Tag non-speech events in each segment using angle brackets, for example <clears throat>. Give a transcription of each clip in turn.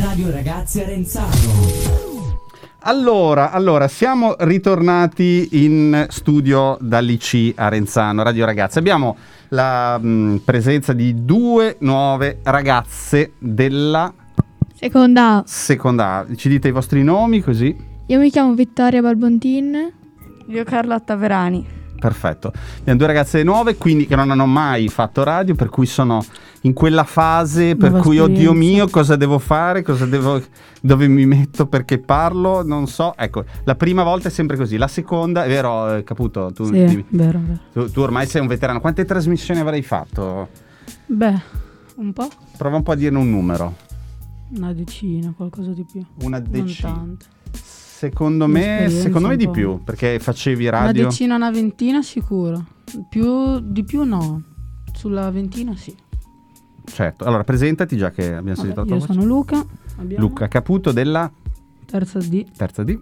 Radio Ragazzi Arenzano. Allora, allora, siamo ritornati in studio dall'IC a Renzano, Radio Ragazze. Abbiamo la mh, presenza di due nuove ragazze della Seconda A. seconda A. Ci dite i vostri nomi così? Io mi chiamo Vittoria Balbontin. Io Carlotta Verani. Perfetto. Abbiamo due ragazze nuove, quindi che non hanno mai fatto radio, per cui sono in quella fase per Nuova cui, oddio esperienza. mio, cosa devo fare, cosa devo, dove mi metto, perché parlo, non so. Ecco, la prima volta è sempre così, la seconda, è vero, eh, Caputo, tu, Sì, dimmi. vero, vero. Tu, tu ormai sei un veterano, quante trasmissioni avrai fatto? Beh, Un po'? Prova un po' a dirne un numero, una decina, qualcosa di più. una Non decina. tanto. Secondo me, Un'esperienza secondo me un di po'. più, perché facevi Una radio. decina, una ventina sicuro. Più, di più no. Sulla ventina sì. Certo, allora presentati già che abbiamo sentito la tua Io voce. sono Luca. abbiamo Luca Caputo della Terza D. terza D.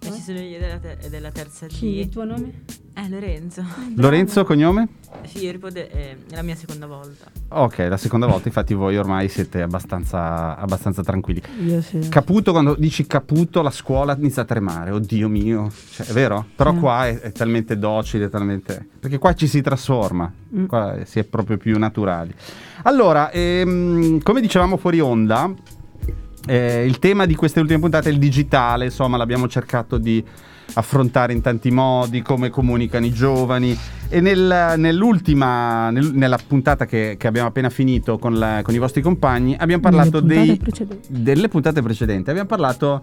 E ci sono io della, te- della terza D. tuo nome? Eh, Lorenzo. <laughs> Lorenzo, cognome? Firpo de- eh, è la mia seconda volta. Ok, la seconda volta, infatti voi ormai siete abbastanza, abbastanza tranquilli. Io sì. Caputo, quando dici caputo, la scuola inizia a tremare, oddio mio, Cioè, è vero? Però Sì. qua è, è talmente docile, talmente... perché qua ci si trasforma, Mm. qua si è proprio più naturali. Allora, ehm, come dicevamo fuori onda, eh, il tema di queste ultime puntate è il digitale, insomma l'abbiamo cercato di affrontare in tanti modi, come comunicano i giovani e nel- nell'ultima, nel- nella puntata che, che abbiamo appena finito con, la- con i vostri compagni abbiamo parlato Nelle puntate dei, precedenti. delle puntate precedenti, abbiamo parlato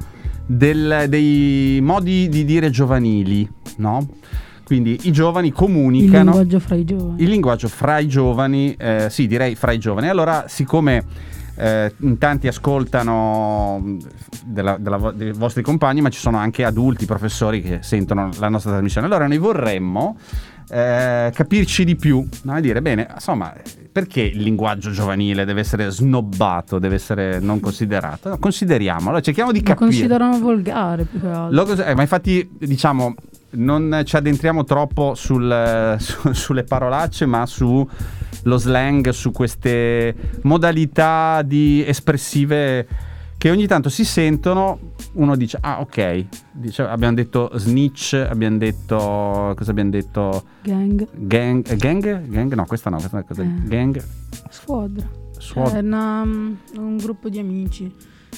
del- dei modi di dire giovanili, no? Quindi i giovani Il comunicano linguaggio fra i giovani. il linguaggio fra i giovani, eh, sì, direi fra i giovani. Allora, siccome eh, in tanti ascoltano mh, della- della vo- dei vostri compagni, ma ci sono anche adulti, professori che sentono la nostra trasmissione. Allora, noi vorremmo eh, capirci di più no? e dire, bene, insomma, perché il linguaggio giovanile deve essere snobbato, deve essere non considerato? No, consideriamolo, allora, cerchiamo di Lo capire. considerano volgare più che altro. Lo cos- eh, ma infatti, diciamo, non ci addentriamo troppo sul, eh, su- <laughs> sulle parolacce, ma su lo slang, su queste modalità di espressive che ogni tanto si sentono. Uno dice: Ah, ok. Dice, abbiamo detto snitch, abbiamo detto. Cosa abbiamo detto? Gang. Gang. eh, Gang? Gang? No, questa no, questa è una cosa. Eh. Gang. Squadra. Suo- È una- mm, un gruppo di amici,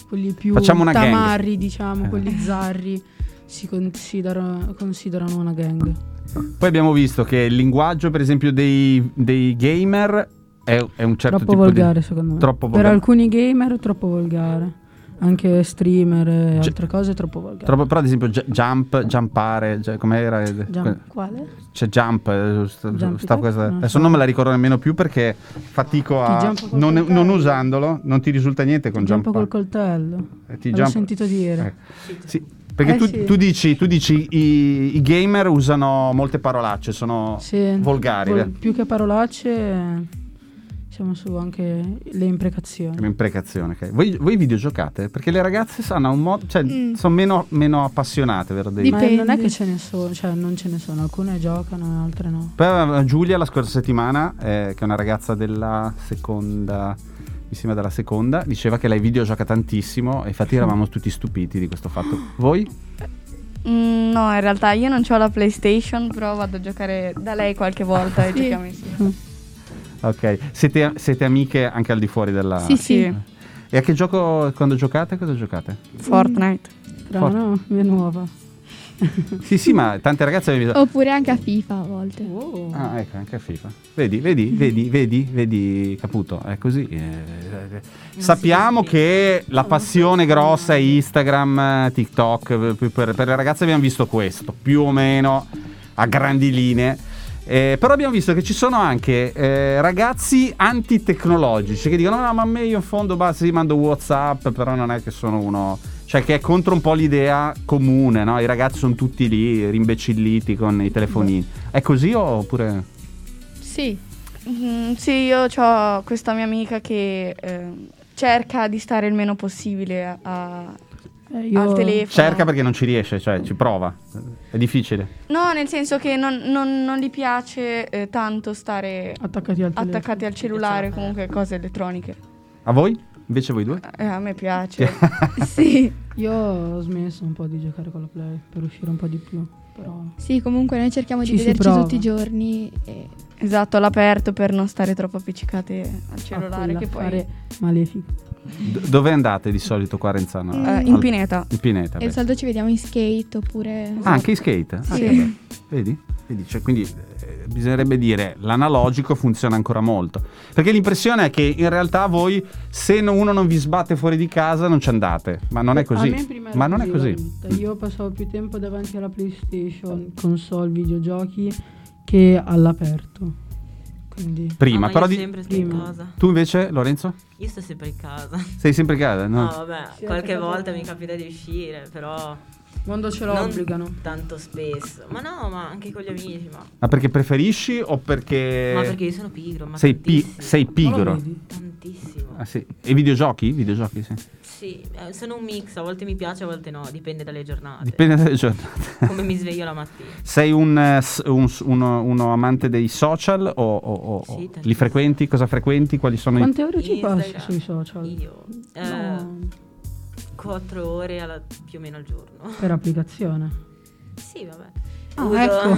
quelli più Facciamo una gang. tamarri, diciamo, Eh. quelli zarri, si considera- considerano una gang. Certo, Poi abbiamo visto che il linguaggio, per esempio, dei, dei gamer è, è un certo troppo tipo volgare, di. secondo me. troppo Per volgare. alcuni gamer è troppo volgare. Anche streamer e Gi- altre cose è troppo volgare. Troppo- però ad esempio gi- jump, jumpare, gi- com'era? Gian- Eh. Quale? C'è jump, eh, sta- Jump sta attack? cosa- Non adesso so. non me la ricordo nemmeno più perché fatico Ti a... jumpa col Non, coltello. non usandolo, non ti risulta niente con jump. Jumpa col coltello. Eh, ti L'ho jump- sentito dire. Eh, sì, Perché Eh, tu, sì. tu dici, tu dici i, i gamer usano molte parolacce, sono Sì. volgari, eh. Vol- vero? più che parolacce, eh, siamo su anche le imprecazioni. È Un'imprecazione, ok. Voi, voi videogiocate? Perché le ragazze sanno un modo, cioè, Mm. sono meno, meno appassionate, vero? Dei- Di- Ma non è Dipende. che ce ne sono, cioè non ce ne sono, alcune giocano e altre no. Poi avevamo Giulia la scorsa settimana, eh, che è una ragazza della seconda, mi sembra della seconda, diceva che lei videogioca tantissimo e <laughs> infatti eravamo tutti stupiti di questo fatto. Voi? Mm, no, in realtà io non ho la PlayStation, però vado a giocare da lei qualche volta e Sì. giochiamo insieme. Ok, siete, siete amiche anche al di fuori della... Sì, sì. E a che gioco, quando giocate, cosa giocate? Fortnite. Mm. Strano, è nuova. Mm. Sì, sì, ma tante ragazze avevano... Oppure anche a FIFA a volte. Wow. Ah, ecco, anche a FIFA. Vedi, vedi, vedi, vedi, vedi, caputo, è così. eh, eh, Sappiamo si che la passione grossa è Instagram, eh, TikTok, eh, per, per- per le ragazze abbiamo visto questo, più o meno a grandi linee. Eh, però abbiamo visto che ci sono anche eh, ragazzi antitecnologici che dicono: No, ma a me io in fondo basta, sì, mando WhatsApp, però non è che sono uno. Cioè, che è contro un po' l'idea comune, no? I ragazzi sono tutti lì, rimbecilliti con i telefonini. È così oppure. Sì. Mhm, sì, io ho questa mia amica che ehm, cerca di stare il meno possibile a- a- Eh, io- al telefono. Cerca perché non ci riesce, cioè ci prova. È difficile. No, nel senso che non, non- non gli piace eh, tanto stare Attaccati al telefono. Certo. attaccati al cellulare, comunque cose elettroniche. A voi? Invece voi due? Eh, a <laughs> me piace. sì. Io ho smesso un po' di giocare con la Play per uscire un po' di più. Però Sì, comunque noi cerchiamo Ci di si vederci prova. tutti i giorni. E... esatto, all'aperto per non stare troppo appiccicate al a cellulare. quella Che poi... fare malefico. D- dove andate di solito qua a Renzano? Mm. Eh, in Al- pineta. In Pineta. E beh. il solito ci vediamo in skate oppure... Ah, anche in skate? Ah, Sì. Eh, che bello. Vedi? Vedi? Cioè, quindi eh, bisognerebbe dire l'analogico funziona ancora molto. Perché l'impressione è che in realtà voi, se no- uno non vi sbatte fuori di casa, non ci andate. Ma non è A me così. prima era Ma non è così, così. guarda. Io passavo più tempo davanti alla PlayStation, console, videogiochi che all'aperto. Quindi Prima, Ah, ma però io di- sempre sto in prima. casa. tu invece, Lorenzo? Io sto sempre in casa. Sei sempre in casa? No. No, vabbè, Sì, qualche perché volta poi- mi capita di uscire, però quando ce non l'obbligano. tanto spesso. Ma no, ma anche con gli amici, ma, Ma perché preferisci o perché, ma perché io sono pigro, ma Eh. sei, pi- tantissimo. sei pigro? Tantissimo. Ah, sì. E videogiochi? Videogiochi, sì. Sì, eh, sono un mix, a volte mi piace, a volte no, dipende dalle giornate. Dipende dalle giornate. Come mi sveglio la mattina. Sei un, eh, s- un s- uno, uno amante dei social o, o- o- Sì, o li tantissimo. frequenti? Cosa frequenti? Quali sono i... Quante ore ci Instagram, passi sui social? Io eh, No, 4 ore alla- più o meno al giorno. per applicazione. Sì, vabbè. Eh. Ah, Uso ecco.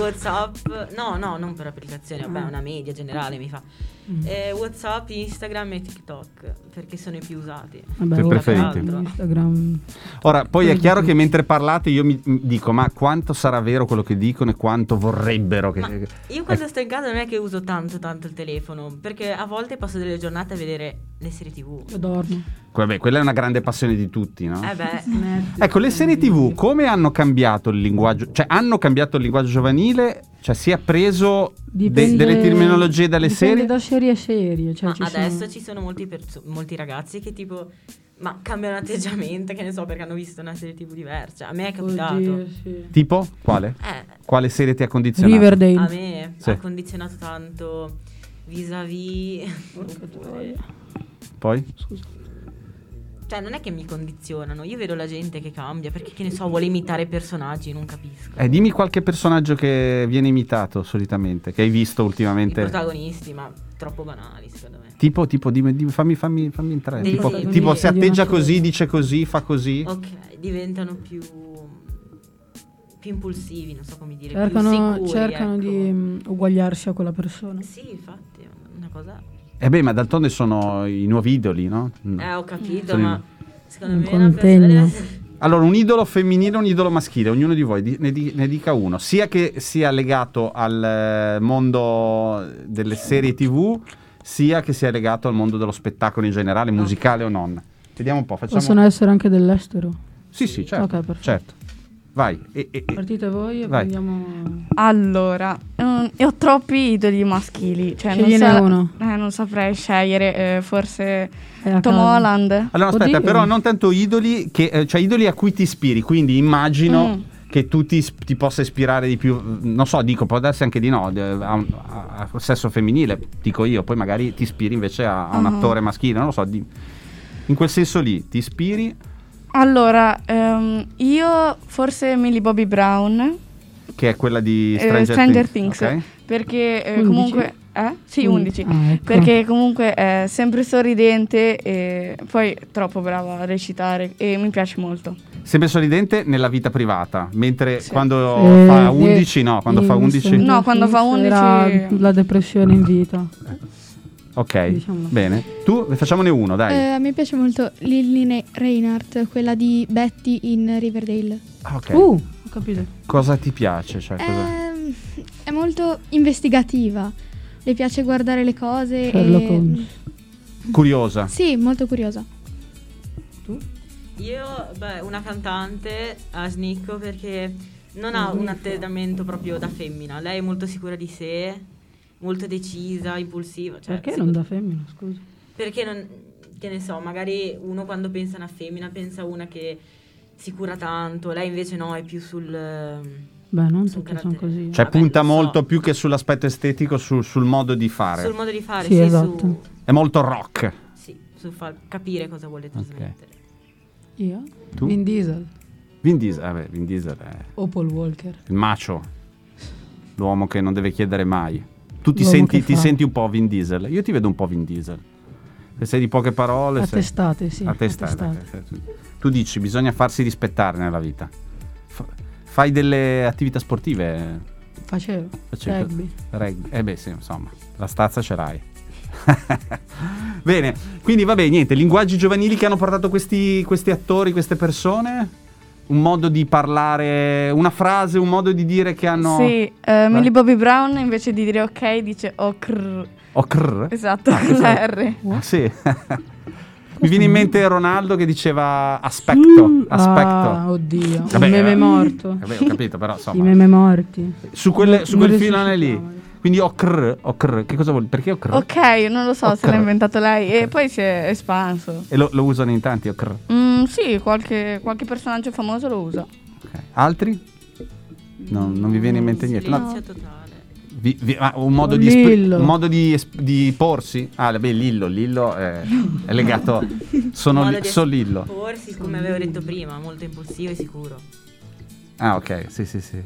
<laughs> WhatsApp, no, no, non per applicazione, vabbè, Ah. una media generale mi fa. Mm. Eh, WhatsApp, Instagram e TikTok perché sono i più usati. Vabbè, Per ora preferiti. Instagram. Ora, poi è Quello chiaro di che cui- mentre parlate io mi mi dico, ma quanto sarà vero quello che dicono e quanto vorrebbero che... Ma eh. Io quando sto in casa non è che uso tanto tanto il telefono, perché a volte passo delle giornate a vedere le serie TV. Io dormo. Ecco, Vabbè, quella è una grande passione di tutti, no? Eh beh, Ecco, le serie TV come hanno cambiato il linguaggio? Cioè, hanno cambiato il linguaggio giovanile? Cioè, si è preso de- Dipende- delle terminologie dalle dipende serie? da serie a serie. <laughs> Cioè ma ci sono- Ah, adesso ci sono molti, perso- molti ragazzi che tipo ma cambiano <laughs> atteggiamento, che ne so, perché hanno visto una serie TV diversa. A me è capitato. Oddio, sì. Tipo? Quale? Eh, Quale serie ti ha condizionato? Riverdale. a me Sì. ha condizionato tanto vis-à-vis <laughs> Porca oppure- troia. Poi? Scusa. Cioè, non è che mi condizionano, io vedo la gente che cambia perché, che ne so, vuole imitare personaggi, non capisco. Eh, dimmi qualche personaggio che viene imitato solitamente, che hai visto I ultimamente. protagonisti, ma troppo banali, secondo me. Tipo, tipo, dimmi, dimmi- fammi, fammi, fammi entrare. Dei Tipo, esempi. tipo, si Di una atteggia serie. così, dice così, fa così. Ok, diventano più. più impulsivi, non so come dire. più Cercano, sicuri, cercano ecco. di mm, uguagliarsi a quella persona. Sì, infatti, è una cosa. E Eh, beh, ma d'altronde sono i nuovi idoli, no? Mm. Eh, ho capito, Sono- ma. Secondo Non me una persona deve contegno. <laughs> essere- Allora, un idolo femminile e un idolo maschile, ognuno di voi di- ne, di- ne dica uno, sia che sia legato al eh, mondo delle serie TV, sia che sia legato al mondo dello spettacolo in generale, musicale o non. Vediamo un po', facciamo... Possono essere anche dell'estero. Sì, sì, certo. Ok, perfetto. certo. Vai. E- e- e- Partite voi e Vai. prendiamo. Allora, mm, io ho troppi idoli maschili. Cioè non, Scegliene sa- uno. eh, non saprei scegliere, eh, forse È a Tom caso. Holland. Allora, aspetta, Oddio. però non tanto idoli, che, eh, cioè idoli a cui ti ispiri, quindi immagino Mm. che tu ti, isp- ti possa ispirare di più, non so, dico, può darsi anche di no, de- a, un- a- a sesso femminile, dico io, poi magari ti ispiri invece a, a un Ah. attore maschile, non lo so, di- in quel senso lì, ti ispiri, Allora, ehm, io forse Millie Bobby Brown. che è quella di eh, Stranger, Stranger Things. ok? Perché eh, 11? comunque... Eh? Sì, Mm. 11. Ah, ecco. Perché comunque è sempre sorridente e poi troppo brava a recitare e mi piace molto. Sempre sorridente nella vita privata, mentre Sì. quando Eh, fa eh, 11, no, quando sì, fa mi 11, sembra No, quando che fa sarà 11 La depressione in vita. ok, diciamo. bene, tu facciamone uno, dai. Eh, a me piace molto Lily Ne- Reinhardt, quella di Betty in Riverdale. Ah, ok. Uh, ho capito. Cosa ti piace? Cioè, Eh, cosa... Ehm, È, molto investigativa. Le piace guardare le cose. Sherlock e- Holmes. Curiosa. Sì, molto curiosa. Io, beh, una cantante a Snicco perché non ha un atteggiamento proprio da femmina. Lei è molto sicura di sé, molto decisa, impulsiva. Cioè, Perché non secondo- da femmina, scusa? Perché non. Che ne so, magari uno quando pensa a una femmina pensa a una che si cura tanto, lei invece no, è più sul. ehm, Beh, non Sul tutte sono carattere. così. eh. Cioè, Vabbè, punta lo so. molto più che sull'aspetto estetico, sul, sul modo di fare. sul modo di fare, Sì, sì, esatto. su, È molto rock. sì, su far capire cosa vuole trasmettere. Io? Tu? Vin Diesel Vin Diesel, vabbè, Vin Diesel è o Paul Walker. il macio, l'uomo che non deve chiedere mai. Tu ti, L'uomo senti, che ti fa. senti un po' Vin Diesel? Io ti vedo un po' Vin Diesel. Se sei di poche parole... sei- Attestate, sì. a testare. Tu dici, bisogna farsi rispettare nella vita. F- fai delle attività sportive, Facevo. Facevo. Rugby. rugby. Eh beh, sì, insomma, la stazza ce l'hai. <laughs> Bene, quindi vabbè, niente, linguaggi giovanili che hanno portato questi, questi attori, queste persone? Un modo di parlare, una frase, un modo di dire che hanno... Sì, eh, Millie Bobby Brown invece di dire ok dice ocr. Ocr? Esatto, Ah, con la cos'è? R. Ah, Oh, Sì. <laughs> Mi viene in mente Ronaldo che diceva aspetto, aspetto. Ah, oddio. Vabbè, il meme eh. morto. Vabbè, ho capito, però I insomma... meme morti. Su, quelle- su Non quel filone lì. risuscitiamoli. Quindi oh, ocr, ocr, che cosa vuol Perché oh, ocr? Ok, non lo so se Ocr. l'ha inventato lei. Ok. E poi si è espanso. E lo, lo usano in tanti oh, ocr. Mm, sì, qualche, qualche personaggio famoso lo usa. Ok. Altri? No, non vi viene in mente niente. No. Silenzio totale. Vi- vi- ah, un modo di, espr- Lillo. un modo di, es- di porsi? Ah, beh, Lillo, Lillo è, è <laughs> legato. Sono Modo li- di so Lillo. Porsi, come avevo detto prima, molto impulsivo e sicuro. Ah, ok, sì, sì, sì.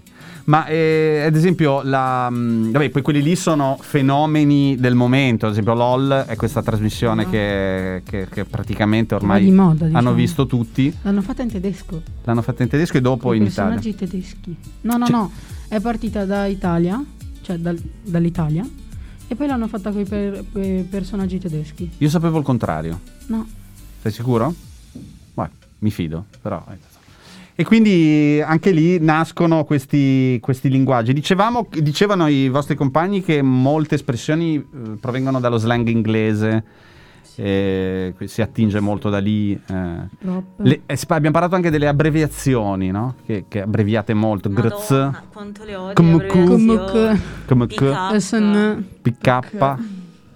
Ma eh, ad esempio, la, mh, vabbè, poi quelli lì sono fenomeni del momento. Ad esempio, LOL è questa trasmissione che, che- che praticamente ormai Va di moda, hanno diciamo. visto tutti. L'hanno fatta in tedesco. L'hanno fatta in tedesco e dopo Con i in Italia. personaggi tedeschi. No, no, Cioè- no. È partita da Italia, cioè dal- dall'Italia. E poi l'hanno fatta con i personaggi tedeschi. Io sapevo il contrario. No. Sei sicuro? Beh, mi fido, però. eh. E quindi anche lì nascono questi, questi linguaggi. Dicevamo, dicevano i vostri compagni che molte espressioni eh, provengono dallo slang inglese, eh, que- si attinge molto da lì. eh. Troppo. Le- eh, sp- abbiamo parlato anche delle abbreviazioni, no? Che, che abbreviate molto. Grz, Madonna, quanto le odio. Come Come cu- Come come K, Pick up. SN. PK,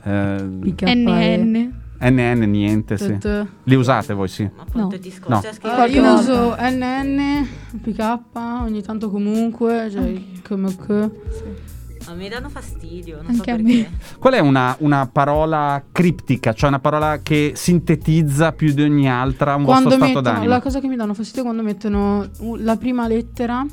eh, PK. NN. NN, niente, Eh sì. Tut. Li usate voi, sì. Ma quanto No. ti scoccia No. scrivere. Allora, Ah, io volta. uso NN, PK, ogni tanto comunque, cioè come che. A me Ah, danno fastidio, non Anche so a perché. Qual è una, una parola criptica, cioè una parola che sintetizza più di ogni altra un Quando vostro stato mettono, d'animo? la cosa che mi danno fastidio è quando mettono u- la prima lettera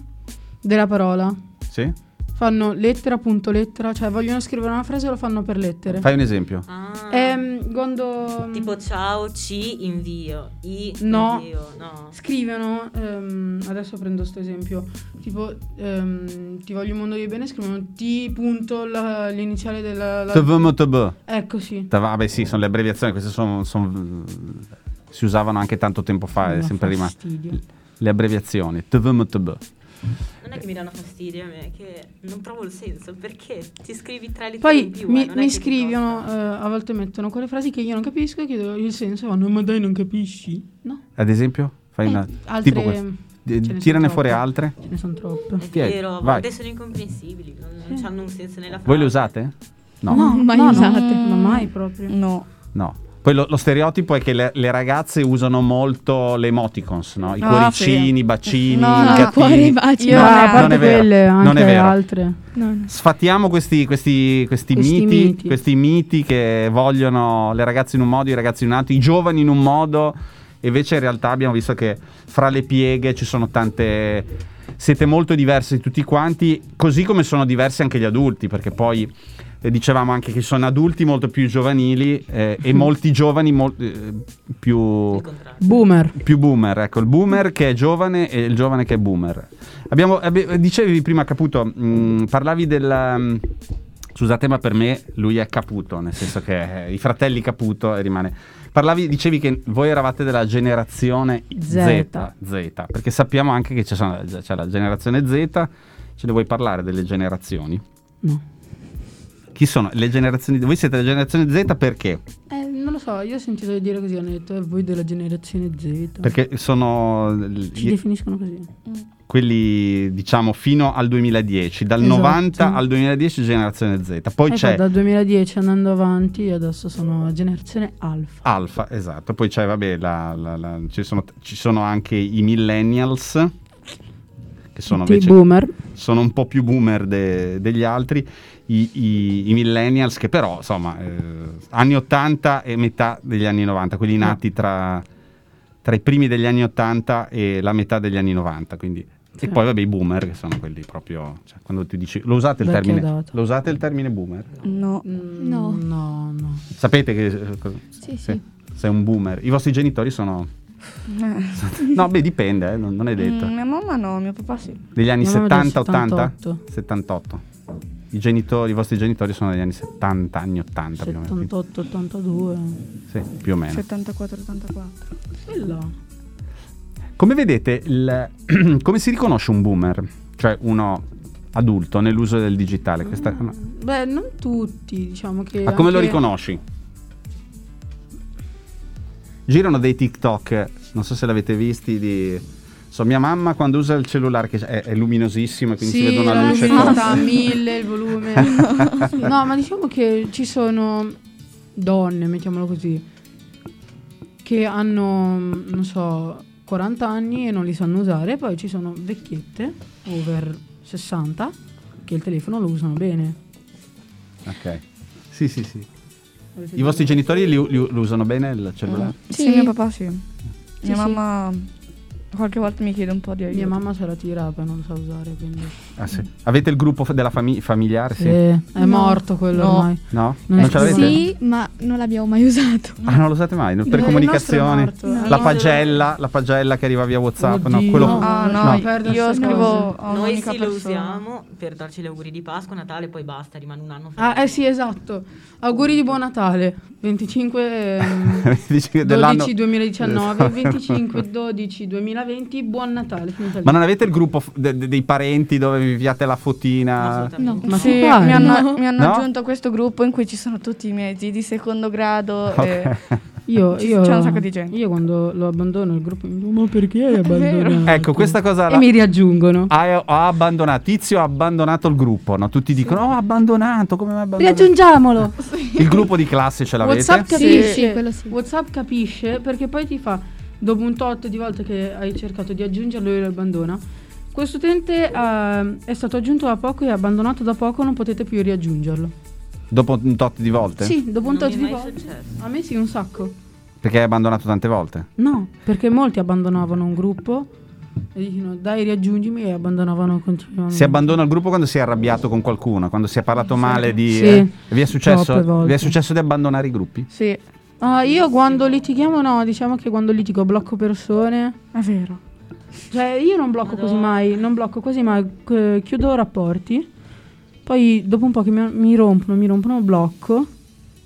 della parola. Sì? Fanno lettera punto lettera, cioè vogliono scrivere una frase e lo fanno per lettere. Fai un esempio. Ah, Ehm, quando tipo ciao, ci invio. I No. invio. No. scrivono, ehm, adesso prendo sto esempio, tipo ehm, ti voglio un mondo di bene, scrivono T punto la- l'iniziale della... la- TVMTB. Ecco sì. Ta- Vabbè Ah, sì, sono le abbreviazioni, queste sono, sono- si usavano anche tanto tempo fa, è Mi dà sempre rimasto. fastidio. Le abbreviazioni, TVMTB. Non è che mi danno fastidio a me, è che non trovo il senso. Perché? Ti scrivi tre lettere Poi in più. eh, mi, non è mi che ti scrivono, costa. eh, a volte mettono quelle frasi che io non capisco e chiedo il senso, fanno ma dai non capisci? No. Ad esempio? Fai Eh, una... altre- Tipo questa. ce ne sono Tirane fuori troppe. altre. Ce ne sono troppe. È Chi è? vero, a Vai. volte sono incomprensibili, non, non hanno un senso nella frase. Voi le usate? No. No, mai usate. Ma mai proprio. No. No. Poi lo, lo stereotipo è che le, le ragazze usano molto le emoticons, no? I Ah, cuoricini, i sì. bacini, No, i ah, no, gattini. cuori baci. Io- No, No, Ah, a no, parte non è vero, quelle, anche non è vero. altre. No, no. Sfatiamo questi, questi- questi Questi miti, miti. questi miti che vogliono le ragazze in un modo, i ragazzi in un altro, i giovani in un modo. E invece in realtà abbiamo visto che fra le pieghe ci sono tante. Siete molto diversi tutti quanti, così come sono diversi anche gli adulti, perché poi eh, dicevamo anche che sono adulti molto più giovanili eh, <laughs> e molti giovani mol- eh, più, Il Ecco, contrario. Boomer. più boomer, ecco, il boomer che è giovane e il giovane che è boomer. Abbiamo, abbi- dicevi prima Caputo, mh, parlavi del... mh, scusate ma per me lui è Caputo, nel senso che eh, i fratelli Caputo e rimane... Parlavi, dicevi che voi eravate della generazione Z, Zeta. Z, perché sappiamo anche che ci sono- c'è, la generazione Z, ce ne vuoi parlare delle generazioni? No. Chi sono le generazioni? Voi siete la generazione Z perché? Eh, non lo so, io ho sentito dire così, hanno detto, eh, voi della generazione Z. Perché sono... l- Ci definiscono così. quelli diciamo fino al 2010, dal Esatto. 90 al 2010 generazione Z, poi Eh, c'è dal 2010 andando avanti, io adesso sono generazione alfa. Alfa, esatto, poi c'è vabbè, la- la- la- ci, sono, ci sono anche i millennials che sono Tutti i invece boomer. sono un po' più boomer de- degli altri, i, i- i millennials che però insomma eh, anni 80 e metà degli anni 90, quelli nati tra, tra i primi degli anni 80 e la metà degli anni 90, quindi E poi vabbè i boomer che sono quelli proprio... cioè, quando ti dici... Lo usate il Vecchio termine? dato. Lo usate il termine boomer? No. Mm, No. No, no. Sapete che... eh, cosa- Sì, sì. Sei un boomer. I vostri genitori sono... No, beh, dipende, eh, non, non è detto. Mm, mia mamma no, mio papà sì. Degli anni Mia mamma è del 70, 80? 78. 78. I genitori, i vostri genitori sono degli anni 70, anni 80 più o meno. 78, 82. Sì, più o meno. 74-84. Quello. Come vedete, il- <clears throat> come si riconosce un boomer? Cioè uno adulto nell'uso del digitale? Questa- no. Beh, non tutti, diciamo che... Ma come lo Mm. anche- riconosci? Girano dei TikTok, non so se l'avete visti, di... So, mia mamma quando usa il cellulare che è, è luminosissimo e quindi si sì, vede la una luce luminosità forte. a mille <laughs> il volume. no, ma diciamo che ci sono donne, mettiamolo così, che hanno, non so, 40 anni e non li sanno usare, poi ci sono vecchiette, over 60, che il telefono lo usano bene. Ok. Sì, sì, sì. I vostri genitori li, li- lo usano bene il cellulare? Sì, Sì. mio papà sì. mia sì. mamma qualche volta mi chiede un po' di aiuto. Mia mamma se la tira, poi non lo sa usare, quindi... Ah, sì. Avete il gruppo fa- della fami- familiare? Sì. Sì, è No. morto quello No. ormai. No? Eh, Non Non ci ce l'avete? Sì, ma non l'abbiamo mai usato. Ah, non lo usate mai? Per No, il comunicazioni? nostro è morto. La No. pagella, la pagella che arriva via WhatsApp, no, Oddio. quello No. Ah No, no, perdo io queste scrivo cose. a Noi un'unica sì lo persona. usiamo per darci gli auguri di Pasqua, Natale, poi basta, rimane un anno. Ah, eh fermo. sì, esatto. Auguri di buon Natale. <laughs> 25 ehm, <laughs> Dici che dell'anno- 12 2019, Esatto. <laughs> 25 12 2020, buon Natale. finita lì. Ma non avete il gruppo f- de- de- dei parenti dove vi inviate la No, fotina? assolutamente. Ma sì, mi tu parli? hanno, mi hanno No? aggiunto a questo gruppo in cui ci sono tutti i miei zii di secondo grado. e- Ok. Io, Ci- io, c'è un sacco di gente. Io quando lo abbandono il gruppo mi dico, ma perché hai vero. abbandonato? Ecco, questa cosa E la- Ah, mi riaggiungono. ha, eh, ha abbandonato. Tizio ha abbandonato il gruppo, no? Tutti dicono, oh, ha abbandonato, come mi ha abbandonato? Riaggiungiamolo. Il gruppo di classe ce l'avete? WhatsApp Sì, capisce. sì, quello sì. WhatsApp capisce perché poi ti fa, dopo un tot di volte che hai cercato di aggiungerlo, lui lo abbandona. Questo utente ehm, è stato aggiunto da poco e abbandonato da poco, non potete più riaggiungerlo. Dopo un tot di volte? Sì, dopo un Non tot mi è di mai volte. successo. A me sì, un sacco. Perché hai abbandonato tante volte? No, perché molti abbandonavano un gruppo e dicevano dai riaggiungimi e abbandonavano continuamente. Si abbandona il gruppo quando si è arrabbiato con qualcuno, quando si è parlato male di... Mm. Sì. eh, vi, è successo, Troppe volte. vi è successo di abbandonare i gruppi? Sì, Ah, io quando litighiamo no, diciamo che quando litigo blocco persone. è vero. Cioè io non blocco quasi mai, non blocco quasi mai, eh, chiudo rapporti. Poi dopo un po' che mi, mi rompono, mi rompono, blocco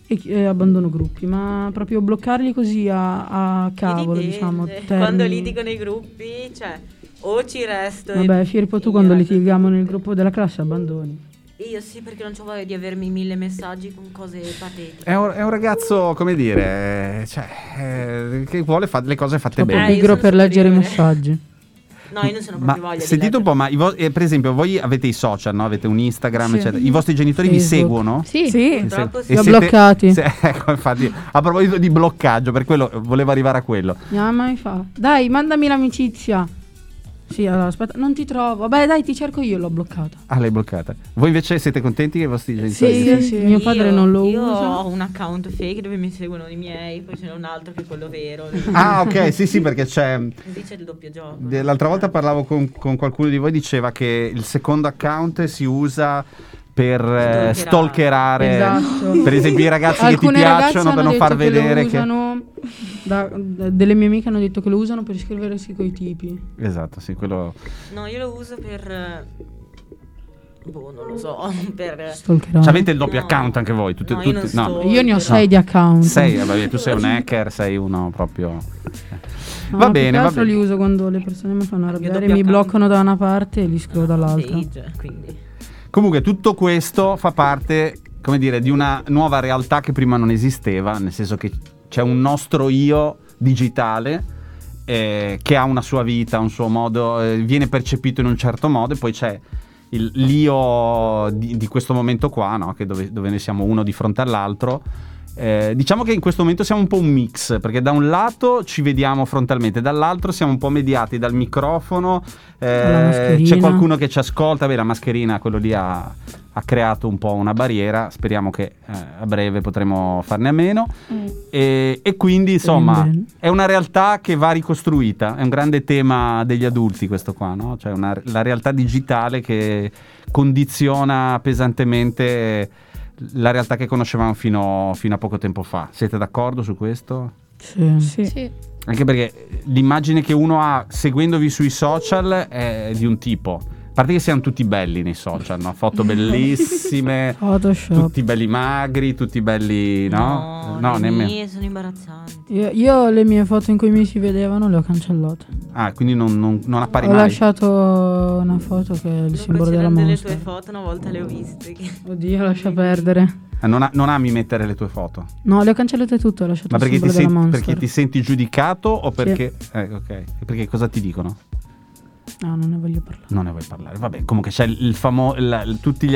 e chi- e abbandono gruppi. Ma proprio bloccarli così a, a cavolo, Dipende. diciamo. Quando termini. litigo nei gruppi, cioè, o ci resto. e- Vabbè, Firpo, tu io quando resto- litighiamo nel gruppo della classe abbandoni. Io sì, perché non ho voglia di avermi mille messaggi con cose patetiche. È un, è un ragazzo, come dire, eh, cioè, eh, che vuole fare le cose fatte Troppo bene. Eh, io pigro sono per leggere i superiore. messaggi. No, Eh, io non sono Ma proprio voglia di sentite un po', leggere. ma i vo- eh, per esempio, voi avete i social, no? Avete un Instagram, Sì. eccetera. I vostri genitori vi Facebook. seguono? Sì. Sì. Purtroppo E sì. Li ho siete- bloccati. se- <laughs> ecco, infatti, a proposito di bloccaggio, per quello volevo arrivare a quello. Mia mamma mi fa: Dai, mandami l'amicizia. Sì, allora aspetta, non ti trovo. Vabbè, dai, ti cerco io. L'ho bloccata. Ah, l'hai bloccata. Voi invece siete contenti che i vostri genitori? sì, sì. Mio padre Io- non lo Io usa. ho un account fake dove mi seguono i miei, poi ce n'è un altro che è quello vero. Ah, <laughs> ok, sì, sì, perché c'è. Così c'è il doppio gioco. de- L'altra volta parlavo con, con qualcuno di voi, diceva che il secondo account si usa per eh, Stalkerare. stalkerare. Esatto. Per esempio, i ragazzi Alcune che ti ragazze piacciono per hanno non far detto che lo vedere che. usano- da- da- delle mie amiche hanno detto che lo usano per scriversi coi tipi. Esatto, sì, quello. Cioè. No, io lo uso per... eh, Boh, non lo so, per... Stalkerare. Avete il doppio No. account anche voi? Tutti, No, io non tutti- sto- Cioè, Io ne ho No. sei di account. Sei, eh, vabbè, tu sei un hacker, sei uno proprio. No, va più bene, che va altro bene. li uso quando le persone mi fanno arrabbiare, doppio mi account. bloccano da una parte e li scrivo dall'altra. Page, quindi... Comunque, tutto questo fa parte, come dire, di una nuova realtà che prima non esisteva, nel senso che c'è un nostro io digitale. eh, che ha una sua vita, un suo modo, eh, viene percepito in un certo modo, e poi c'è il- l'io di, di questo momento qua, no? che dove, dove noi siamo uno di fronte all'altro, Eh, diciamo che in questo momento siamo un po' un mix, perché da un lato ci vediamo frontalmente, dall'altro siamo un po' mediati dal microfono, eh, Dalla mascherina. c'è qualcuno che ci ascolta, beh la mascherina, quello lì ha, ha creato un po' una barriera, speriamo che eh, a breve potremo farne a meno Mm. e, e quindi insomma Sembra. è una realtà che va ricostruita, è un grande tema degli adulti questo qua, no? cioè una- la realtà digitale che condiziona pesantemente la realtà che conoscevamo fino, fino a poco tempo fa. Siete d'accordo su questo? Sì. Sì. Anche perché l'immagine che uno ha seguendovi sui social è di un tipo. A parte che siamo tutti belli nei social, no? Foto bellissime, Photoshop. tutti belli magri, tutti belli, no? no, le nemmeno. mie sono imbarazzanti. Io, io le mie foto in cui mi si vedevano le ho cancellate. Ah, quindi non, non- non appari ho mai. lasciato una foto che è il Dopo simbolo della c'erano delle mostra. tue foto, una volta le ho viste. che- Oddio, lascia perdere. Ah, Non, a- non ami mettere le tue foto. No, le ho cancellate tutte, ho lasciato Ma il perché ti, simbolo della senti, mostra. perché ti senti giudicato o perché... Eh, ok. E Perché cosa ti dicono? No, Ah, non ne voglio parlare. Non ne vuoi parlare. Vabbè, comunque c'è il famo- la- il- tutti gli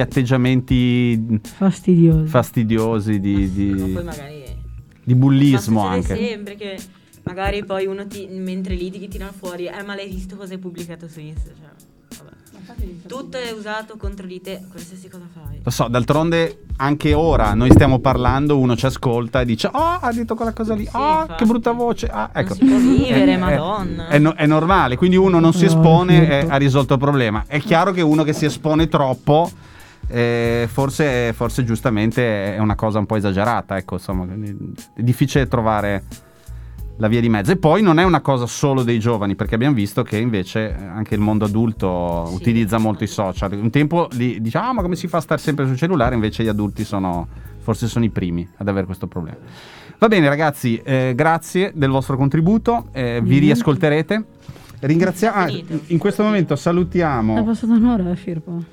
atteggiamenti Fastidioso. fastidiosi <laughs> di, di- Ma poi magari... eh, di bullismo ma succede anche. sempre che magari poi uno ti, mentre litighi tira fuori, eh ma l'hai visto cosa hai pubblicato su Insta? Cioè, vabbè. Tutto è usato contro di te, qualsiasi cosa fai. Lo so, d'altronde anche ora noi stiamo parlando, uno ci ascolta e dice "Oh, ha detto quella cosa lì. Sì, oh, infatti. che brutta voce". Ah, ecco. Non si può vivere, È- è- madonna. È, no- è normale, quindi uno non si No, espone e certo. ha risolto il problema. È chiaro che uno che si espone troppo eh, forse, forse giustamente è una cosa un po' esagerata, ecco, insomma, quindi è difficile trovare la via di mezzo. E poi non è una cosa solo dei giovani, perché abbiamo visto che invece eh, anche il mondo adulto Sì. utilizza molto i social. Un tempo li diceva, "Ah, ma come si fa a stare sempre sul cellulare? Invece gli adulti sono, forse sono i primi ad avere questo problema. Va bene ragazzi, eh, grazie del vostro contributo, eh, vi riascolterete. Ringraziamo, ah, Finito. in questo momento È salutiamo, passata un'ora, Firpo.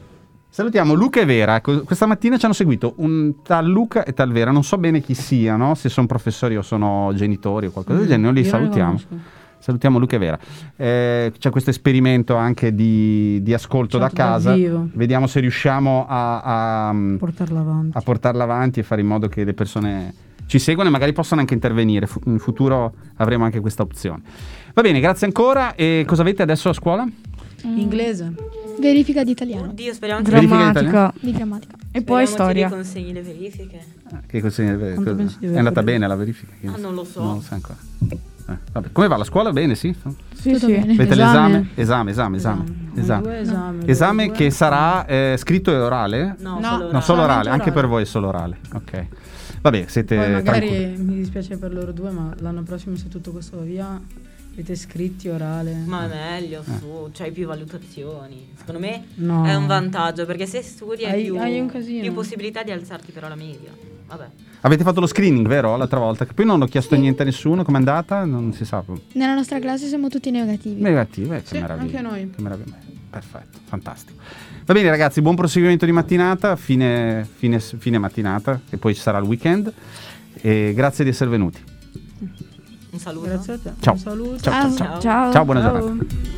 salutiamo Luca e Vera. Ecco, Questa mattina ci hanno seguito un tal Luca e tal Vera, non so bene chi siano, se sono professori o sono genitori o qualcosa del genere, noi li Mm-hmm. Io non salutiamo. conosco. Salutiamo Luca e Vera. Eh, c'è questo esperimento anche di, di ascolto da Certo, dal casa, vivo. vediamo se riusciamo a- a, Portarla avanti. a portarla avanti e fare in modo che le persone ci seguano e magari possano anche intervenire. Fu- in futuro avremo anche questa opzione. Va bene, grazie ancora. E cosa avete adesso a scuola? Inglese. Verifica di italiano, Oddio, speriamo che, Verifica in italiano? Grammatica. di grammatica. E poi speriamo che storia. ti consegni le verifiche. Ah, Che consegna- cosa- pensi di È aver andata fatto? bene la verifica? Che Ah, non lo so. Non lo ancora. Eh, vabbè. Come va la scuola? Bene, sì. Sì, Tutto sì. bene. Avete Esame. l'esame? Esame, esame, esame. Esame. Esame, Due esami, due- Esame due- che sarà eh, scritto e orale? No, No, solo No, solo orale. orale, anche per voi è solo orale. Ok. Vabbè, siete Poi magari tranquilli. mi dispiace per loro due, ma l'anno prossimo se tutto questo va via avete scritti orale. Ma è meglio, Eh. su, c'hai più valutazioni. Secondo me No. è un vantaggio perché se studi hai, Hai- più, hai un casino. più possibilità di alzarti però la media. Vabbè. Avete fatto lo screening, vero? L'altra volta, che poi non ho chiesto niente a nessuno, com'è andata? Non si sa. Nella nostra classe siamo tutti negativi. Negativo, eh, che Sì, meraviglia. anche noi. Che meraviglia. Perfetto, fantastico. Va bene ragazzi, buon proseguimento di mattinata, fine, fine- fine mattinata e poi ci sarà il weekend. E grazie di essere venuti. Un saluto. Grazie a te. Ciao. Un saluto. Ah, Ciao, ciao, ciao. Ciao. Ciao, buona Ciao. giornata.